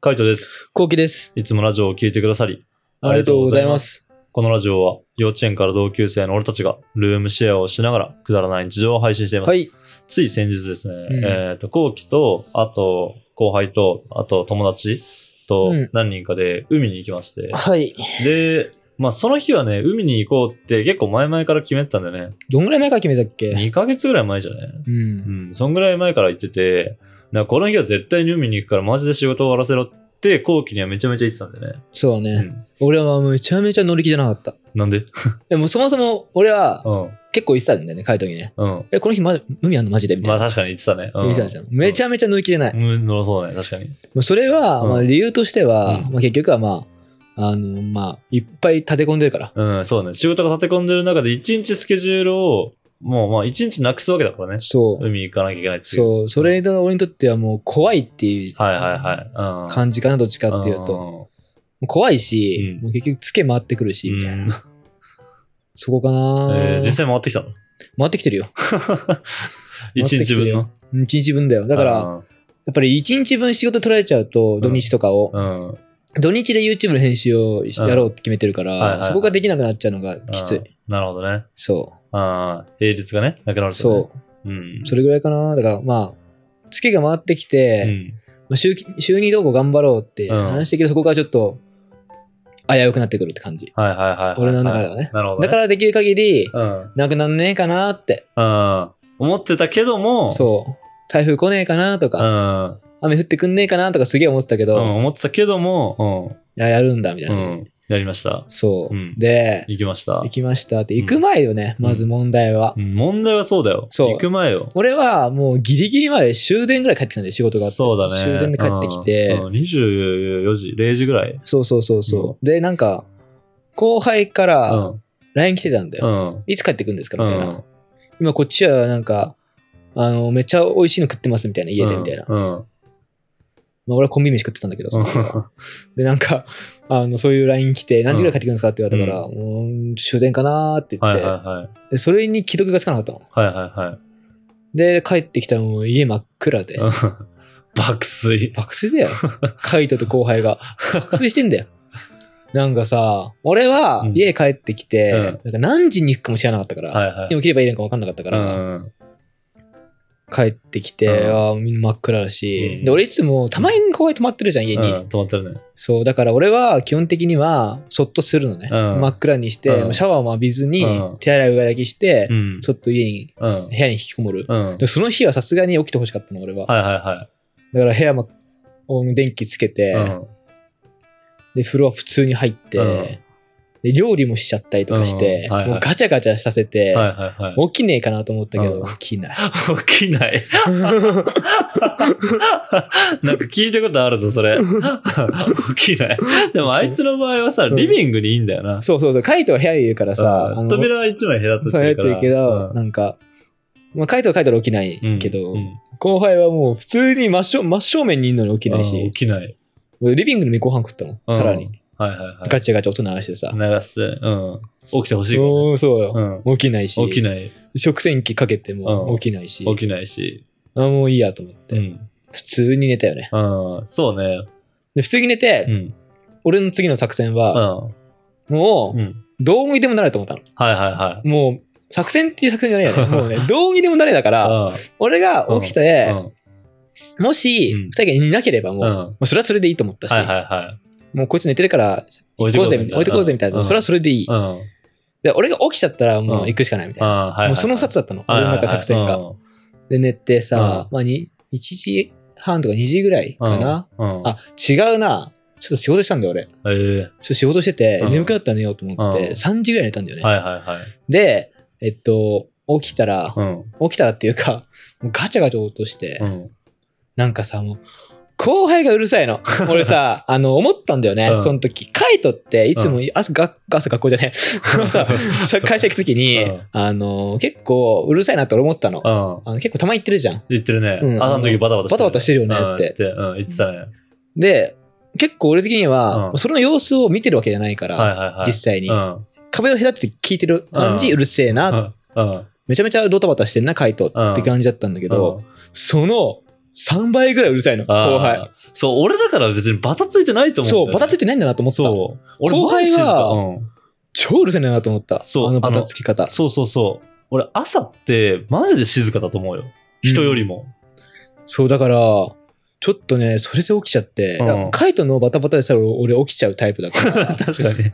カイトです。コウキです。いつもラジオを聞いてくださり、ありがとうございます。このラジオは幼稚園から同級生の俺たちがルームシェアをしながらくだらない日常を配信しています。はい。つい先日ですね、うんえっ、と、後期と、あと後輩と、あと友達とうん何人かで海に行きまして、はい。で、まあその日はね、海に行こうって結構前々から決めてたんだよね。どんぐらい前から決めたっけ2ヶ月ぐらい前じゃね。う。うんん、そんぐらい前から言ってて、なんかこの日は絶対に海に行くからマジで仕事終わらせろって、後期にはめちゃめちゃ言ってたんだよね。そうだうね。ん。俺はめちゃめちゃ乗り気じゃなかった。なんででもそもそも俺はうん。結構言ってたんだよね、書いた時ね。うん。え、この日ま、海あんのマジでみたまあいな。確かに言ってたね。う言ん。ってたじゃん。めちゃめちゃ乗り気じゃない。うん、のろそうね。確かに。もうそれは、うんまあ理由としては、うんまあ結局はまあ、あの、まあ、いっぱい立て込んでるから。うん、そうね。仕事が立て込んでる中で、一日スケジュールを、もうまあ一日なくすわけだからね。そう。海行かなきゃいけないっていう。そう。それが俺にとってはもう怖いっていうはいはいはい。うん。感じかな、どっちかっていうと。もと。う怖いしう、んもう結局つけ回ってくるし、うみたいな。ん。そこかえーな実際回ってきたの回ってきてるよ。一日分の。一日分だよ。だから、やっぱり一日分仕事取られちゃうと、土日とかを、うん、うん。土日で YouTube の編集をしうんやろうって決めてるかはいはいはら、いそこができなくなっちゃうのがきつういん。。なるほどね。そああ、平日がね、なくなると、う。ね。。そううんう。。それぐらいかな。だから、まあ、ツケが回ってきうて、ん。まあ週週2どこ頑張ろうってうん話してきて、そこがちょっと危うくなってくるって感じ。はいはいはいはい、はい。俺の中ではね。なるほど、ね。だからできる限り、ら、なくなんねえかなって。うん。うん。思ってたけども、そう。台風来ねえかなとうか、ん。うん。雨降ってくんねえかなとかすげえ思ってたけど、い思ってたけども、や、やるんだみたいうな。ん。うん。やりました。そう。うんで、行きました行。きましたって、行く前よね、うんまず問題は。うん問題はそうだよ。そう行く前よ。俺はもうギリギリまで終電ぐらい帰ってきたんで、仕事があって。そうだね。終電で帰ってきて、うんうん24時、0時ぐらい。そうそうそうそう。で、なんか、後輩かうらん。 LINE 来てたんだうよ。ん。いつ帰ってくんですかうみたいんな。今こっちはなんか、あの、めっちゃ美味しいの食ってますみたいな、家でみたいな。うん。うんまあ俺はコンビ飯食ってたんだけど、その時はで、なんか、あの、そういう LINE 来て、何時ぐらい帰ってくるんですかって言われたから、もう終電かなーって 言っはいはて、いはい。でそれに既読がつかなかったの。はいはいはい。で、帰ってきたらもう家真っ暗で、うん 爆睡。爆睡 だよ。カイトと後輩が。爆睡してんだよ。なんかさ、俺はうん家帰ってきて、うんなんか何時に行くかも知らなかったから、はいはいで。も切ればいいのか分かんなかったかうら、ん。帰ってきて、うんああ真っ暗だし、うんで、俺いつも、たまに後輩泊まってるじゃん、家に。うん止まってるね。そう、だから俺は基本的には、そっとするのね。うん真っ暗にして、うんシャワーも浴びずに、うん手洗いうがいだけしてう、ん。ちょっと家に、うん部。屋に引きこもる。うん。でその日はさすがに起きてほしかったの、俺は。はいはだから部屋も、電気つけて、いはい。うんで、風呂は普通に入って、うんで、料理もしちゃったりとかして、うんはいはいもうガチャガチャさせて、はいはいはい。起きねえかなと思ったけど、うん起きない。 起きない。 なんか聞いたことあるぞ、そ れ。 起きない。でもあいつの場合はさ、うんリビングにいいんだよな。そうそうそう、カイトは部屋にいるからさ、うあんの扉は一枚隔そうてっやっててるかるら。けど、うんなんか、まあ、カイトはカイトで起きないうんけど、うん後輩はもう普通に真正真正面にいるのに起きないうんし起、きない。俺リビングでご飯食ったもうんん、さらに。。はいはいはい。ガチャガチャ音流してさ。流して、うん。起きてほしいからねそうそうよ。起きないしう、ん。起きない。食洗機かけてうんも起きないし、起きないし。あもういいやと思って、うん。普通に寝たよね。うん。そうね。で普通に寝て、うん。俺の次の作戦うは、ん。もうう、ん。どうにでもなれと思ったの。はいはいはい。もう、作戦っていう作戦じゃないよね。もうね、どうにでもなれだから、俺が起きうん。てう、んもし、うん二人がいなければもう、うんもうそれはそれでいいと思ったし、はいはいはい。もうこいつ寝てるから、置い行てここううぜぜ、みたいな置いてこうぜみたいな。うんそれはそれでいい。うん。うん。で、俺が起きちゃったらもうんう行くしかないみたいな。はいはいはいもうその2つだったの、俺の中作戦はいがはい。はいで、寝てさう、まあ、に1時半とか2時ぐらいかな。うん。うんあ、違うな。ちょっと仕事したんだよ、俺。ちょっえと仕事しててう、ん眠くなったら寝ようと思っうんて、3時ぐらいに寝たんだえよはね。いはいはい。で、えっと、起きたら、うん。起きたらっていうか、もうガチャガチャ落としてう、 ん。なんかさ、もう、後輩がうるさい の。俺さ、あの、思ったんだよね、うんその時。カイトって、いつも朝、が朝学校じ ゃねえ。さ、会社行く時に、うんあの、結構うるさいなって俺思ったの。うん。あの結構たまに行ってるじゃん。言ってるね。うん朝の時バタバタバタバタしてるよねうんっ言てって。うん、言ってたね。で、結構俺的には、うんその様子を見てるわけじゃないから、はいはいはい。実際に、うん。壁を隔てて聞いてる感じ、ううんるせえな、うん。うん。めちゃめちゃドタバタしてんな、カイトって感じだったんだけうど、んその、 3倍ぐらいうるさいの、あー後輩。そう、俺だから別にバタついてないと思そうう、んだよね。バタついてないんだなと思った。そう。俺、後マ輩はジ静かうん超うるさいんだなと思った。そうあのバタつき方。そうそうそう。俺、朝ってマジで静かだと思うよ。人よりも。そう、だから、ちょっとね、それで起きちゃって、うんだからカイトのバタバタでさえ俺起きちゃうタイプだか 確かに。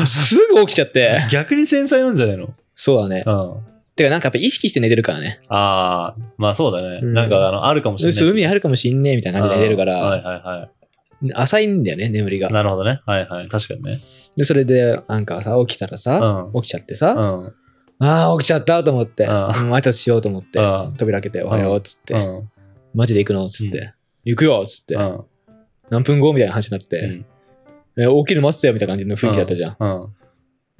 ら、すぐ起きちゃって。逆に繊細なんじゃないのそうだね。うん。てか、なんかやっぱ意識して寝てるからね。ああ、まあそうだね。うんなんか、あの、あるかもしれない。そう海あるかもしんねえみたいな感じで寝てるかあーはいら、はいは浅いんだよね、眠りい。が。なるほどね。はいはい。確かにね。で、それで、なんかさ、起きたらうさ、ん。うん。起きちゃってさ、うん。ああ、起きちゃったと思って、うんうん、挨拶しようと思ってうん、扉開けて、おはようっつっうて、ん。マジで行くのっつっうて、行くよっつってう、ん。何分後みたいな話になっうて、んえ起きるの待ってたよみたいな感じの雰囲気だったじゃん。うん。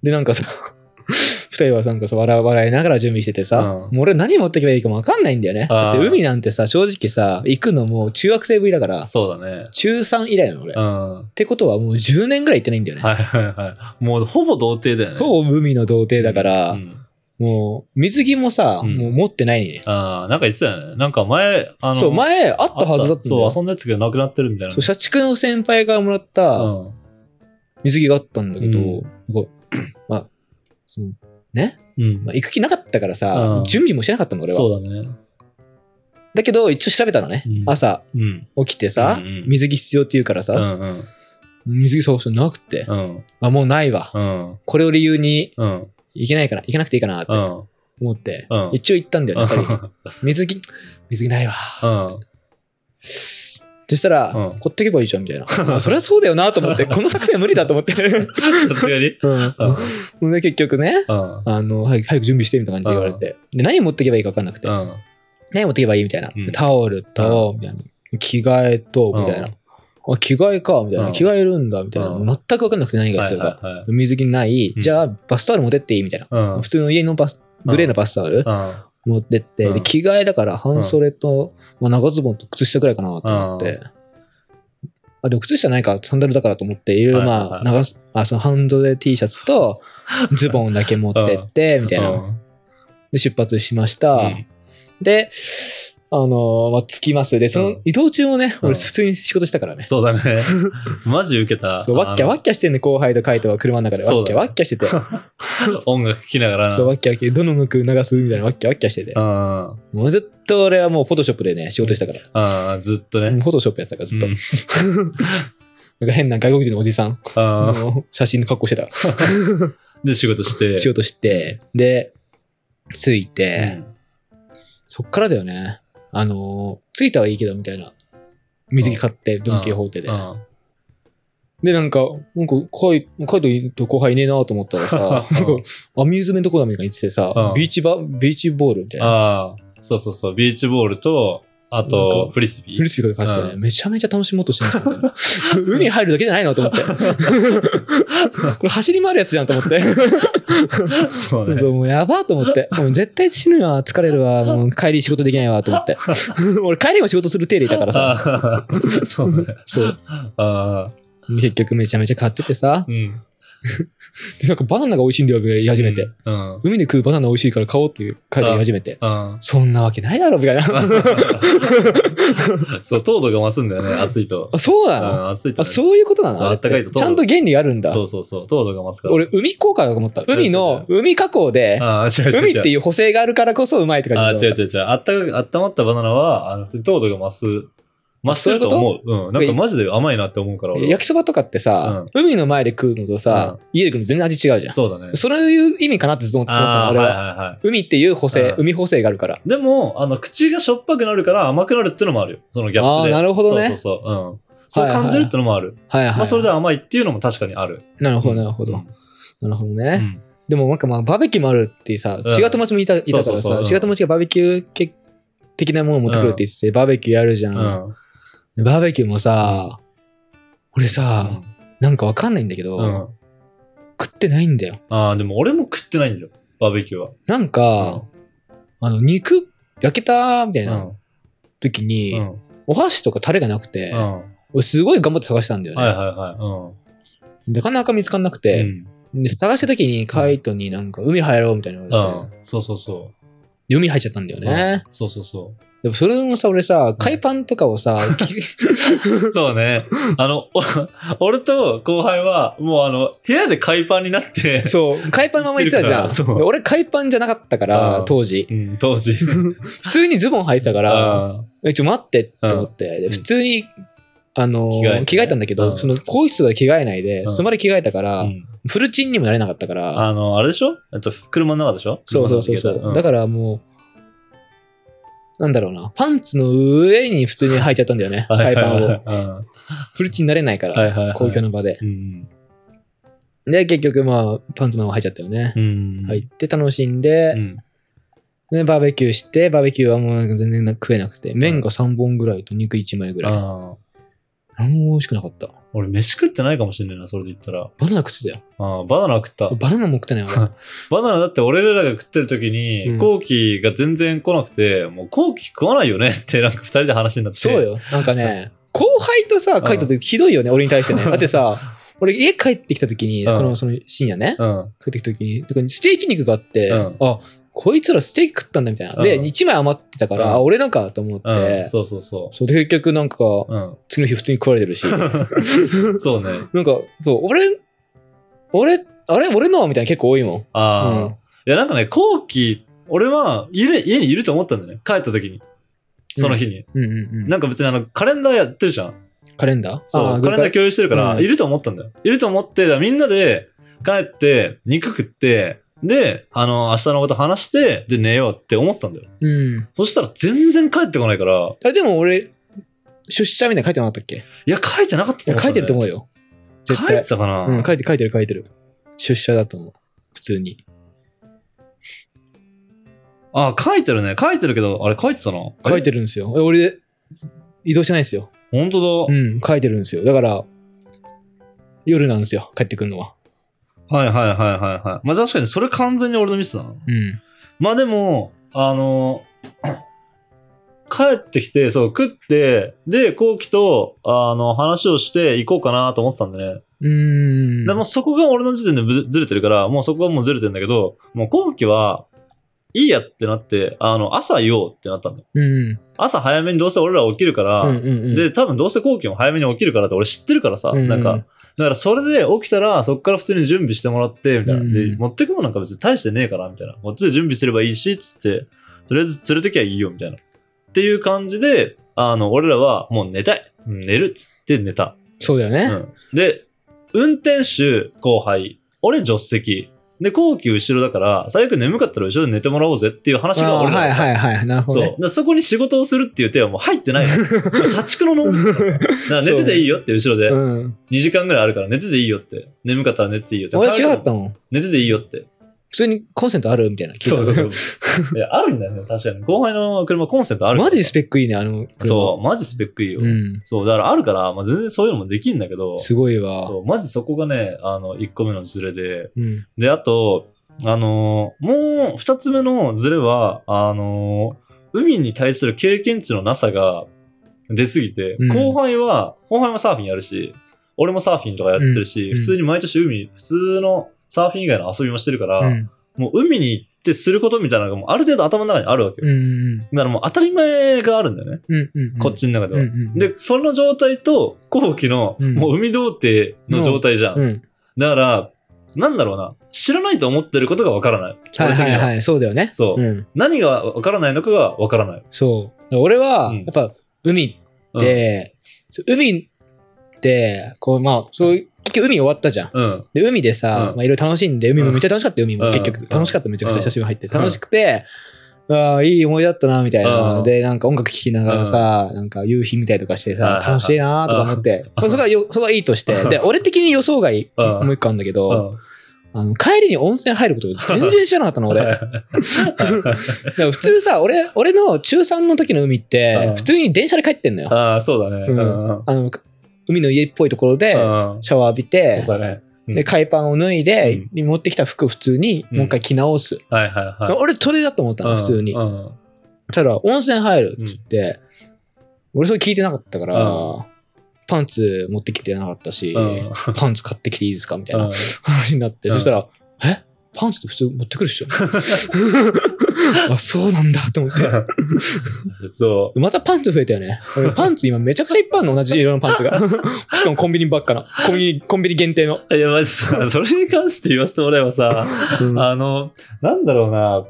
で、なんかさ、 二人はなんかさ、笑笑いながら準備しててさ、うんもう俺何持ってけばいいかもわかんないんだよね。あだーって海なんてさ、正直さ、行くのもう中学生ぶりだから、そうだね。中3以来なの俺。うっん。はてことはもう10年ぐらい行ってないんだよいね。はいはい。もうほぼ童貞だよね。ほぼ海の童貞だから、うんもう水着もさ、うんもう持ってないね。ああ、なんか言ってたよね。なんか前、あの、そう、前あったあったはずだったんだそよ。う、遊んだやつがなくなってるみたいな。そう社畜の先輩がもらっうたん。水着があったんだけど、うんなんか まあ、そのね、うんまあ、行く気なかったからさ、うん準備もしてなかったの俺は。そうだね。だけど、一応調べたのね。うん朝うん。起きてさ、うんうん水着必要って言うからうさ、んうん。水着探してなくて、うん。あ、もうないわ。うん。これを理由に、うん。行けないから、行けなくていいかなってうん。思って、うん一応行ったんだよ ね、二人う水着、水着ないわ。ん。そしたら、うん買ってけばいいじゃん、みたいな。あそれはそうだよなと思 って、この作戦は無理だと思って。さすがに。うんうん。ほんで、結局ね、うん。あの、早く早く準備してみたいな感じで言われて。で、何持ってけばいいか分かんなくて。うん。何持ってけばいいみたいなうん。タオルと、みたいな。着替えと、みたいな。あ、着替えか、みたいうんな。着替えるんだ、みたいな。うん全く分かんなくて何が必要か。はいはいはい水着ない。うんじゃあ、バスタオル持ってっていいみたいな。うん。普通の家のバス、グレーのバスタオルう持ってって、うんで着替えだから半袖と、まあ、長ズボンと靴下くらいかなと思って、あでも靴下ないかサンダルだからと思っていろいろはいはいまはあい長すあその半袖 T シャツとズボンだけ持ってってみたいなで出発しました、うんであのーまあ、着きますでそうんの移動中もね、うん俺普通に仕事したからね、そうだね。マジ受けた。そうわっきゃわっきゃしてんね後輩と海斗は車の中でわっきゃそうだねわっきゃしてて音楽聴きながら。そうわっきゃわっきゃどの曲流すみたいなわっきゃわっきゃしててうん。うもうずっと俺はもうフォトショップでね仕事したからん。ずっとうんね。フォトショップやってたからずっと。うんなんか変な外国人のおじさんあーの写真の格好してた。で、仕事して。しようとして、で、着いうて、んそっからだよね。あのー、着いたはいいけどみたいな。水着買って、ドン・キホーテでう。んで、なんか、なんか、カイカイトと後輩いねえなと思ったらさ 、うんなんか、アミューズメントコーナーみたいなの行っててうさん、ビーチバ、ビーチボールみたいな。ああ。そうそうそう。ビーチボールと、あなんとか、フリスビフール。スピーカーで書いてたようね。めちゃめちゃ楽しもうとしてるじゃんみたい な。海入るだけじゃないのと思って。これ走り回るやつじゃんと思って。 そうねそ。うもうやばーと思って。もう絶対死ぬわ、疲れるわ、もう帰り仕事できないわ、と 思って。俺帰りも仕事する手でいたからさ。ああ。 そうね。そう。ああ。結局めちゃめちゃ買っててさ。うん。でなんかバナナが美味しいんだよ、言い始めて。うん。うん。海で食うバナナ美味しいから買おうっていう書いて言い始めて。あそんなわけないだろ、みたいな。ー そう、糖度が増すんだよね、暑いと。あ、そううなのん、暑いとあ、ね。そういうことなそうのあれってあったかいとちゃんと原理があるんだそ。うそうそう、糖度が増すから。俺、海効果だと思った。海の、海加工で、ああ、違う違う違う。。海っていうう補正があるからこそうまいって感じああ、違だと思うった違う違う。あったかく、あったまったバナナは、あの、普通に糖度が増す。増してると思う。うん。なんかマジで甘いなって思うから、俺は焼きそばとかってさ、海の前で食うのとさ、家で食うの全然味違うじゃん。そうだね。そういう意味かなってずっと思ってましたああ、俺はいは。はいはい。海っていう補正、うん海補正があるから。でも、あの、口がしょっぱくなるから甘くなるっていうのもあるよ。そのギャップで。あーなるほどねそうそうそう。うん。そうはいはい感じるっていうのもある。はいはい。まあ、それで甘いっていうのも確かにある。なるほど、なるほど。うんなるほどうね。んでもなんかまあ、バーベキューもあるってさ、うん違う友達もいたいたそかうそらうそううさ、ん違う友達がバーベキューけ的なものを持ってくるって言ってて、バーベキューやるじゃ。うんん。でバーベキューもさ、俺さ、なんかわかんないんだけうん。ど、食ってないんだよ。ああ、でも俺も食ってないんだよ。バーベキューは。なんか、あの、肉、焼けたみたういん。う。なん時うに、ん。お箸とかタレがなくてう、んはい俺すごい頑張って探したんだよはいね。はい。うん。なかなか見つかんなくて、うんで探した時にカイトになんか海入ろうみたいなの言われて、うん。そうそうそ読み入っちゃったんだよね。そうそうそでもそれもさ、俺さ、海パンとかを さ、きう。そうね。 あの、お 俺と後輩は、もうあの、部屋で海パンになって、そう、海パンまま行ってたじゃ言ってるからそん。うで俺海パンじゃなかったかうらん、当時。うん、 当 時。普通にズボン履いてたから、あえちょ、待ってって思って、でうん普通に、あの着替えてね着替えたんだけうど、んその、更衣室で着替えないで、うんその場で着替えたから、うんフルチンにもなれなかったから、あの、あれでしょえっと、車の中でしょそうそうそうそ車のう。中でだからもう、なんだろうな、パンツの上に普通に履いちゃったんだよね、うんは海いパンはをい。はフルチンになれないかい。はら、いはいはい。公共の場で。うん。で、結局、まあ、パンツのまま履いちゃったよねう。ん。入って楽しんでう、ん。でバーベキューして、バーベキューはもう全然食えなくて、麺が3本ぐらいと肉1枚ぐらい。ああ。何も美味しくなかった。俺、飯食ってないかもしれないな、それで言ったら。バナナ食ってたよ。ああ、バナナ食った。 バナナも食ってないわ。バナナだって俺らが食ってる時うに、ん後期が全然来なくて、もう後期食わないよね って、なんか二人で話になって。そうよ。なんかね、後輩とさ、書いた時ひどい よね、俺に対してね。だってさ、俺家帰ってきた時に、うんこのその深夜ね、うん。帰ってきた時に、だからステーキ肉があって、うんあ、こいつらステーキ食ったんだみたいな。うで、ん1枚余ってたから、うんあ、俺のかと思っうん。て、そうそうそそうで結局なんか、う。うん。次の日普通に食われてるし。そうね。なんか、そう、俺、俺、あれ俺のはみたいな結構多いもん。ああ、うんいや、なんかね、後期、俺は家で家にいると思ったんだよね。帰った時に。その日に。うんうんうん。なんか別にあの、カレンダーやってるじゃん。カレンダーそあう、ーカレンダー共有してるから、うんいると思ったんだよ。いると思って、だからみんなで帰って、肉食って、で、あの、明日のこと話して、で、寝ようって思ってたんだよ。うん。そしたら全然帰ってこないから、あれでも俺、出社みたいなの書いてなかったっけいや、帰ってなかったいや書いてると思うよ。う絶書い対て。たかな、うん、書いてる書いてる書いてる。出社だと思う。普通に。あ、書いてるね。書いてるけど、あれ書いてたな。書いる。てるんですよ。え俺、移動してないんですよ。本当うだ。ん、書いてるんですよ。だから、夜なんですよ。帰ってくるのは。はいはいはいはいはい。まあ確かにそれ完全に俺のミスだな。うん。まあでも、あの、 帰ってきて、そう、食って、で、後期と、あの、話をして行こうかなと思ってたんでね。うーん。でも、そこが俺の時点でぶずずれてるから、もうそこがもうずれてるんだけど、もう後期は、いいやってなって、あの、朝言おうってなったんだよ。うん。朝早めにどうせ俺ら起きるから、うんうんうん。で、多分どうせ後期も早めに起きるからって俺知ってるからさ、うんうんなんか、だからそれで起きたらそっから普通に準備してもらって、みたいな。うんうんで、持ってくもんなんか別に大してねえから、みたいな。こっちで準備すればいいし、つって、とりあえず連れてきゃいいよ、みたいな。っていう感じで、あの、俺らはもう寝たい。うん寝るっつって寝た。そうだようね。ん。で、運転手、後輩、俺助手席。で、後期後ろだから、最悪眠かったら後ろで寝てもらおうぜっていう話があ俺ーらだはっいた。はいはい。なるほそどう。だねか。らそこに仕事をするっていう手はもう入ってない の。もう社畜の脳みそだからだから寝てていいよって後ろで。うん。 2時間ぐらいあるから寝てていいよって。眠かったら寝てていいよって。俺違かったもん。寝てていいよって。普通にコンセントあるみたいな聞いたそうそうそう。いや、あるんだよね。確かに。後輩の車コンセントあるから。マジスペックいいね、あの車。そう、マジスペックいいよ。うん。そう、だからあるから、まあ、全然そういうのもできんだけど、すごいわ。そう、マジそこがね、あの、1個目のズレで。うん。で、あと、あのーもう2つ目のズレは、あのー海に対する経験値のなさが出すぎて、うん後輩は、後輩もサーフィンやるし、俺もサーフィンとかやってるし、うん普通に毎年海、普通のサーフィン以外の遊びもしてるから、うん。もう海に行ってすることみたいなのがもうある程度頭の中にあるわけうよ。ん。だからもう当たり前があるんだよね、うん。うん。こっちの中でうんは。うん。で、その状態と、後期の、うんもう海童貞の状態じゃん。うん。だから、なんだろうな。知らないと思ってることがわからない。はい俺的はにいはい。そうだよね。そう。うん。何がわからないのかがわからない。そう。俺は、うんやっぱ、海うん、って、そう海って、こう、まあ、そういう、結局海終わったじゃん。うん。で、海でさう、んまあ、いろいろ楽しんで、海もめっちゃ楽しかったよ、海うも。ん結局、楽しかった、めちゃくうちんゃ久しぶりに入って。楽しくて、ああ、いい思い出だったな、みたいうな。んで、なんか音楽聴きながらさ、なんか夕日見たりとかしてはいはいは、さい楽しいなとか思って。うんまあそこはよ、そこはいいとして。で、俺的に予想外、うんもう一個あるんだけうど、んあの、帰りに温泉入ること全然知らなかったの、俺。だから普通さ、俺、俺の中3の時の海っうてん、普通に電車で帰ってんの よ。ああ、そうだね。うんうん。あの、海の家っぽいところで、うんシャワー浴びて、そうだね。うんで、海パンを脱いで、持ってきた服を普通にもう一回着直す。はいはいはい。俺、それだと思ったの、普通にう。んうんただ、温泉入るっつって、俺それ聞いてなかったから、うパンツ持ってきてなかったし、うんパンツ買ってきていいですかみたいうん な話になって、うん そしたら、えパンツって普通持ってくるっしょあ、そうなんだと思って。そまたパンツ増えたよね。俺パンツ今めちゃくちゃいっぱいあるの、同じ色のパンツが。 しかもコンビニばっかの。コンビニ、コンビニ限定の。う。いや、まじさ、それに関して言わせてもらえばさ、あの、なんだろうな、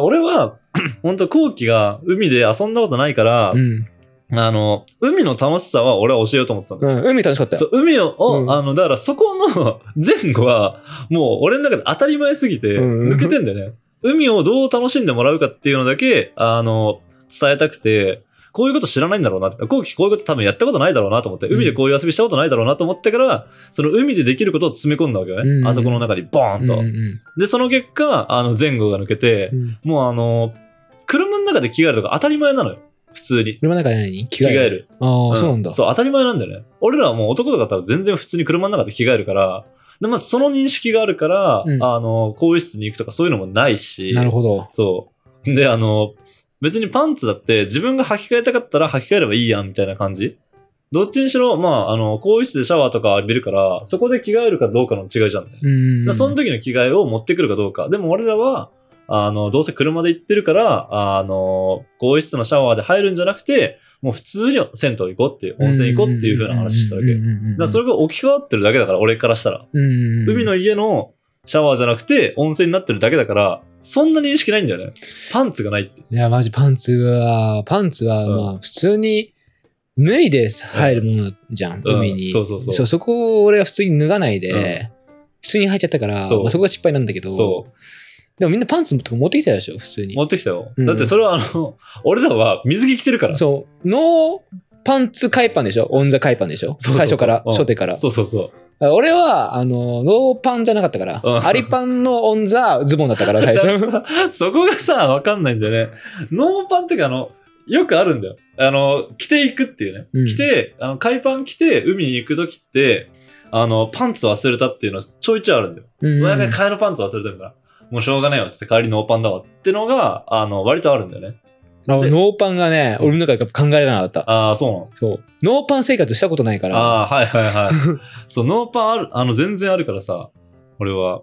俺は、 本当後期が海で遊んだことないからう、ん。あの、海の楽しさは俺は教えようと思ってたの。うん。海楽しかったそよ。う海を、うんあの、だからそこの 前後は、もう俺の中で当たり前すぎて、うんうん抜けてんだよね。海をどう楽しんでもらうかっていうのだけ、あの、伝えたくて、こういうこと知らないんだろうなって、後期こういうこと多分やったことないだろうなと思って、うん海でこういう遊びしたことないだろうなと思ってから、その海でできることを詰め込んだわけよね。うんうんあそこの中にボーうンんと。うんで、その結果、あの前後が抜けてう、ん。もうあの、車の中で着替えるとか当たり前なのよ。普通に。車の中で何着着替替ええる。る。あうあ、んそうなんだ。そう、当たり前なんだよね。俺らはもう男とかだったら全然普通に車の中で着替えるから、でまずその認識があるから、うんあの、更衣室に行くとかそういうのもないし、なるほど。そう。で、あの、別にパンツだって自分が履き替えたかったら履き替えればいいやんみたいな感じどっちにしろ、まあ、あの、更衣室でシャワーとか浴びるから、そこで着替えるかどうかの違いじゃんね。うんだからその時の着替えを持ってくるかどうか。でも俺らは、あの、どうせ車で行ってるから、あの、更衣室のシャワーで入るんじゃなくて、もう普通に銭湯行こうっていう、温泉行こうっていう風な話してたわけ。だからそれ、れが置き換わってるだけだから、俺からしたら。うんうん海の家のシャワーじゃなくて、温泉になってるだけだから、そんなに意識ないんだよね。パンツがないって。いや、マジパンツは、パンツは、うんまあ、普通に、脱いで入るものじゃん、うん海に。そうそうそうそう、そこを俺は普通に脱がないで、う普通に入っちゃったから、そうまあ、そこが失敗なんだけど、そでもみんなパンツとか持ってきたでしょ、普通う。に持。ってきたよ。うんだってそれはあの、俺らは水着着てるから。そう、ノーパンツ海パンでしょオンザ海パンでしょそうそうそう最初から、うん初手から。そうそうそう。俺は、あの、ノーパンじゃなかったから、うんアリパンのオンザズボンだったから、最初。 そこがさ、わかんないんだよね。ノーパンっていうか、あの、よくあるんだよ。あの、着ていくっていうね。うん着て、あの、海パン着て、海に行くときって、あの、パンツ忘れたっていうのはちょいちょいあるんだよ。うん毎回替えのパンツ忘れてるから。もうしょうがないわ、つって帰りノーパンだわってのが、あの、割とあるんだよね。あのノーパンがね、俺の中で考えられなかった。ああ、そうなの。そう。ノーパン生活したことないから。ああー、はいはい はい。そう、ノーパンある、あの、全然あるからさ、俺は。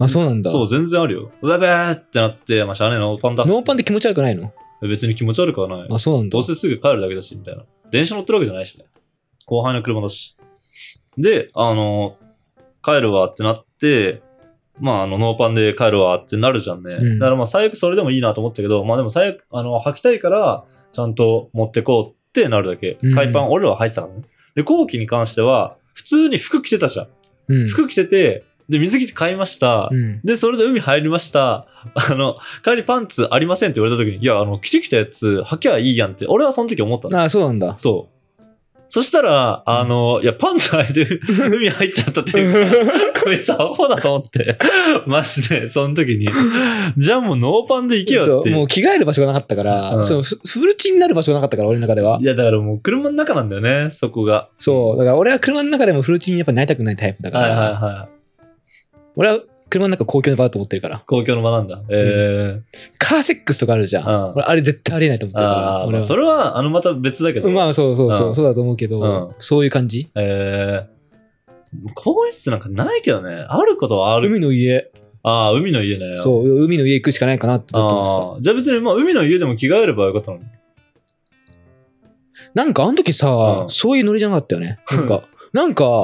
あ、そうなんだ。そう、全然あるよ。うわべーってなって、まあ、しゃあねえノーパンだ。ノーパンって気持ち悪くないの別に気持ち悪くはない。あ、そうなんだ。どうせすぐ帰るだけだし、みたいな。電車乗ってるわけじゃないしね。後輩の車だし。で、あの、帰るわってなって、まあ、あの、ノーパンで帰るわってなるじゃんね。うんだからまあ、最悪それでもいいなと思ったけど、まあでも最悪、あの、履きたいから、ちゃんと持ってこうってなるだけ。うん海パン、俺らは履いてたからね。で、後期に関しては、普通に服着てたじゃん。うん。服着てて、で、水着買いました。うん。で、それで海入りました。あの、帰りパンツありませんって言われた時に、いや、あの、着てきたやつ履きゃいいやんって、俺はその時思ったの。あ、そうなん だ。そう。そしたら、あの、いや、パンツ履い て海入っちゃったっていう。こいつアホだと思って。マジで、その時に。じゃあもうノーパンで行けよそっうて。もう着替える場所がなかったうかんら、そのフフルチンになる場所がなかったから、俺の中では。いや、だからもう車の中なんだよね、そこが。そう。だから俺は車の中でもフルチンにやっぱなりたくないタイプだかはいはいら、はい。俺は車の中公共の場だと思ってるから。公共の場なんだ。ええカーセックスとかあるじゃん。うん俺あれ絶対ありえないと思ってるからああ、俺まあ、は。それは、あの、また別だけど。まあそうそうそうう、んそうだと思うけうんど、そういう感じえー、更衣室なんかないけどね。あることはある。海の家、ああ、海の家ね。う。そう、海の家行くしかないかなってずっと思ってああ、じゃあ別に、まあ、海の家でも着替えればよかったのに。た。なんかあの時さう、んそういうノリじゃなかった よね。なんか、なんか、うん。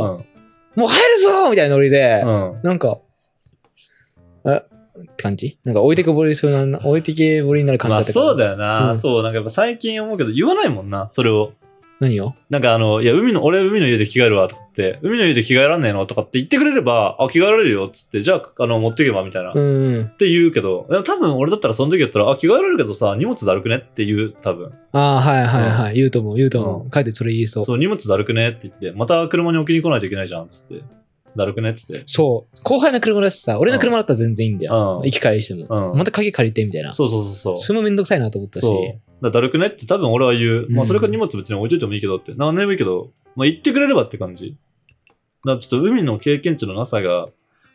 もう入るぞーみたいなノリで、うん。なんか、えって感じなんか置いてけぼりそうな、置いてけぼりになる感じまあ、だったから。そうだよな。うんそう、なんかやっぱ最近思うけど、言わないもんな、それを。何をなんかあの、いや、海の、俺海の家で着替えるわ、とかって、海の家で着替えらんねえのとかって言ってくれれば、あ、着替えられるよ、っつって、じゃあ、あの、持ってけば、みたいな。うっん。て言うけど、でも多分俺だったらその時だったら、あ、着替えられるけどさ、荷物だるくねって言う、多分。ああ、はいはいはい。言うと思う、言うと思うう。書いてそれ言いそう。そう、荷物だるくねって言って、また車に置きに来ないといけないじゃん、つって。だるくねっつって。そう。後輩の車だしさ、俺の車だったら全然いいんだよう。ん行き帰りしても。うん。また鍵借りてみたいな。そうそうそうそう。それもめんどくさいなと思ったし。そう。だからだるくねって多分俺は言う。うんまあそれから荷物別に置いといてもいいけどって。何でもいいけど、まあ言ってくれればって感じ。だからちょっと海の経験値のなさが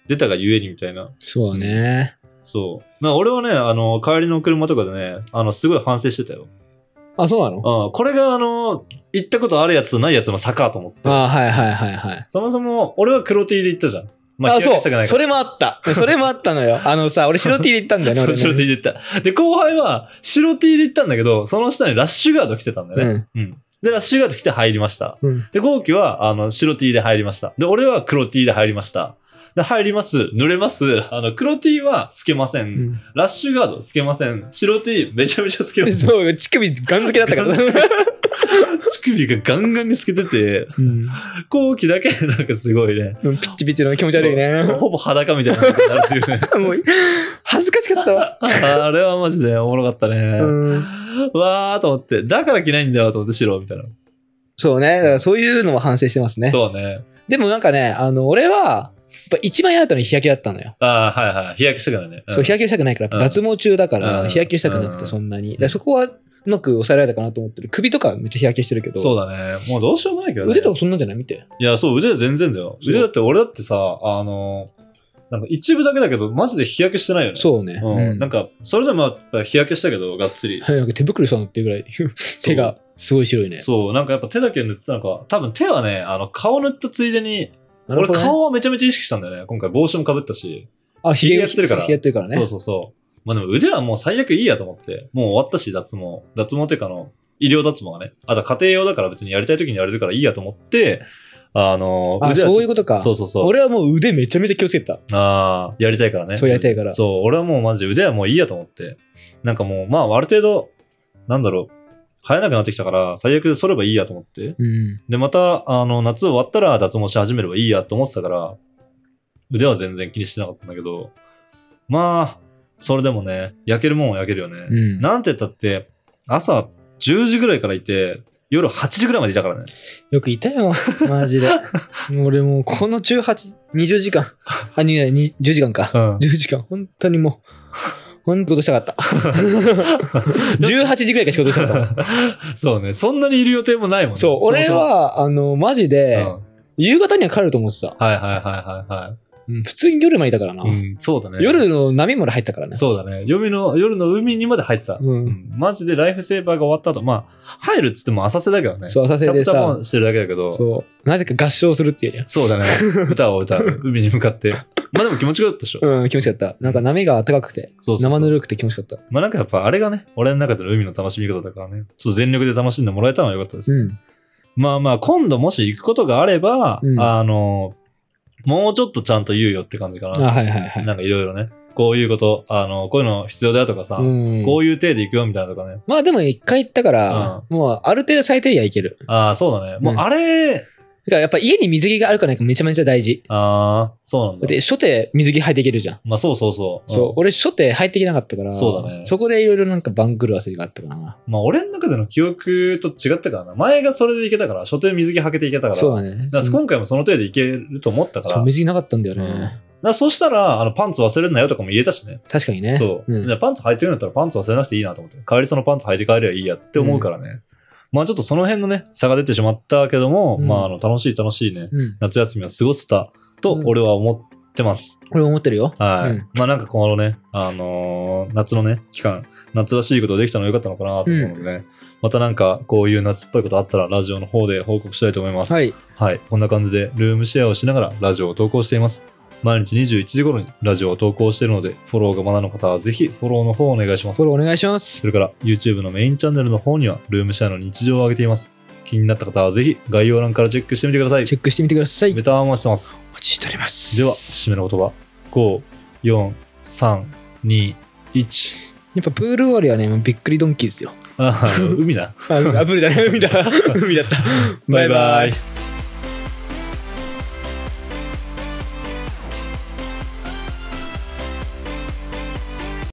出たがゆえにみたいな。そうだね。そう。だから俺はね、あの、帰りの車とかでね、あの、すごい反省してたよ。あ、そうなのうん。これがあの、行ったことあるやつとないやつの差かと思って。ああ、はいはいはいはい。そもそも、俺は黒 T で行ったじゃん。まあ、あ、日焼そけしたくなう。いそから。れもあった。 それもあったのよ。あのさ、俺白 T で行ったんだよね、そう俺ね。白 T で行った。で、後輩は白 T で行ったんだけど、その下にラッシュガード着てたんだよね。うん。で、ラッシュガード着て入りました。うん。うん。で、後期は、あの、白 T で入りました。で、俺は黒 T で入りました。で、入ります。濡れます。あの、黒 T はつけません。うんラッシュガードつけません。白 T めちゃめちゃつけまです。そう、乳首ガン付けだったから。 乳首がガンガンにつけてて、うん。後期だけなんかすごいね。ピッチピチの気持ち悪いね。ほぼ裸みたいな感じになる っていうね。もう、恥ずかしかったわ。あれはマジでおもろかったね。うん。わーと思って、だから着ないんだよと思って白みたいな。そうね。だからそういうのは反省してますね。そうね。でもなんかね、あの、俺は、やっぱ一番嫌だったのは日焼けだったのよ。ああ、はいはい。日焼けしたからね。そう、日焼焼けしたくないから、うん脱毛中だかうんら、日焼けしたくなくうんて、そんなに。だからそこは、うまく抑えられたかなと思ってる。首とかめっちゃ日焼けしてるけど。そうだね。もうどうしようもないけどね。腕とかそんなんじゃない見て。いや、そう、腕は全然だよ。そう腕だって、俺だってさ、あの、なんか一部だけだけど、マジで日焼けしてないよね。そうね。うん。うんなんか、それでもやっぱ日焼けしたけど、がっつり。なんか手袋したのっていうぐらい、 手がすごい白いね。そう、なんかやっぱ手だけ塗ってたのか、多分手はね、あの、顔塗ったついでに、なる俺ほどね顔はめちゃめちゃ意識したんだよね。今回帽子もかぶったし。あ、ひげひげやってるからひげやってるからね。そうそうそう。まあでも腕はもう最悪いいやと思って。もう終わったし、脱毛。脱毛っていうかあの、医療脱毛がね。あと家庭用だから別にやりたい時にやれるからいいやと思って、あの、あ、腕はちょそういうことか。そうそうそう。俺はもう腕めちゃめちゃ気をつけてた。ああ、やりたいからね。そうやりたいからそう、俺はもうマジ腕はもういいやと思って。なんかもう、まあある程度、なんだろう、生えなくなってきたから、最悪剃ればいいやと思って。うん。で、また、あの、夏終わったら脱毛し始めればいいやと思ってたから、腕は全然気にしてなかったんだけど、まあ、それでもね、焼けるもんは焼けるよね。うん。なんて言ったって、朝10時ぐらいからいて、夜8時ぐらいまでいたからね。よくい たよ、マジで。もう俺もうこの18、20時間、あ、にに10時間か。うん10時間、本当にもう、ほんと仕事したかった。18時 ぐらいから仕事したかっ そうね、そんなにいる予定もないもんた。ね。そう、俺もは、あの、マジそでも、うん夕方には帰ると思ってた。はいはいはいはいはうん普通に夜までいたからな。い。うん、そうだね。夜の波まで入ってたからね。そうだね。夜の、夜の海にまで入ってた。う。うんんマジでライフセーバーが終わった後、まあ、入るっつっても浅瀬だけどね。そう、浅瀬でチャプターさポ、ンしてるだけだけど。そうそう、なぜか合唱するっていうね。だ ね。歌を歌う。海に向かって。まあでも気持ちよかったでしょ。うん、気持ちよかった。なんか波が暖かくそうて、そうそう生ぬるくて気持ちよかった。まあなんかやっぱあれがね、俺の中での海の楽しみ方だからね。ちょっと全力で楽しんでもらえたのはよかったです。うん。まあまあ、今度もし行くことがあれば、うんあの、もうちょっとちゃんと言うよって感じかあ、な。はいはいはい。なんかいろいろね。こういうこと、あの、こういうの必要だよとかさ、うんこういう体で行くよみたいなのとかね。まあでも一回行ったから、もうある程度最低限はいける。ああ、そうだね。もううんあれ、だからやっぱ家に水着があるかないかめちゃめちゃ大事。ああ、そうなんだ。で、初手水着履いていけるじゃん。まあそうそうそう。そう、俺初手履いていけなかったから、そうだねそこでいろいろなんか番狂わせがあったかな。うんまあ俺の中での記憶と違ったからな。前がそれでいけたから、初手水着履けていけたから。そうだね。だからそ今回もその程度いけると思ったから。う、だか水着なかったんだよね。らそうしたら、あの、パンツ忘れんなよとかも言えたしね。確かにね。そう。んじゃあパンツ履いてるんだったらパンツ忘れなくていいなと思って。帰りそのパンツ履いて帰ればいいやって思うからね。まあちょっとその辺のね、差が出てしまったけども、うんまああの、楽しい楽しいね、うん。夏休みを過ごせたとうん俺は思ってます。俺も思ってるよ。はい。うんまあなんかこのね、あのー夏のね、期間、夏らしいことできたのは良かったのかなと思うのでね、またなんかこういう夏っぽいことあったらラジオの方で報告したいと思います。。はいい。こんな感じでルームシェアをしながらラジオを投稿しています。毎日21時頃にラジオを投稿しているので、フォローがまだの方はぜひフォローの方をお願いしますこ。れお願いしますそ。れから YouTube のメインチャンネルの方にはルームシェアの日常を上げています。気になった方はぜひ概要欄からチェックしてみてくださいチ。ェックしてみてください。メタ回してます。お待ちしております。では、締めの言葉。5、4、3、2、1。やっぱプール終わりはね、もうびっくりドンキーですよ。あー海だ。 あ、あプールじゃない、海だ。海だった。バイバイ。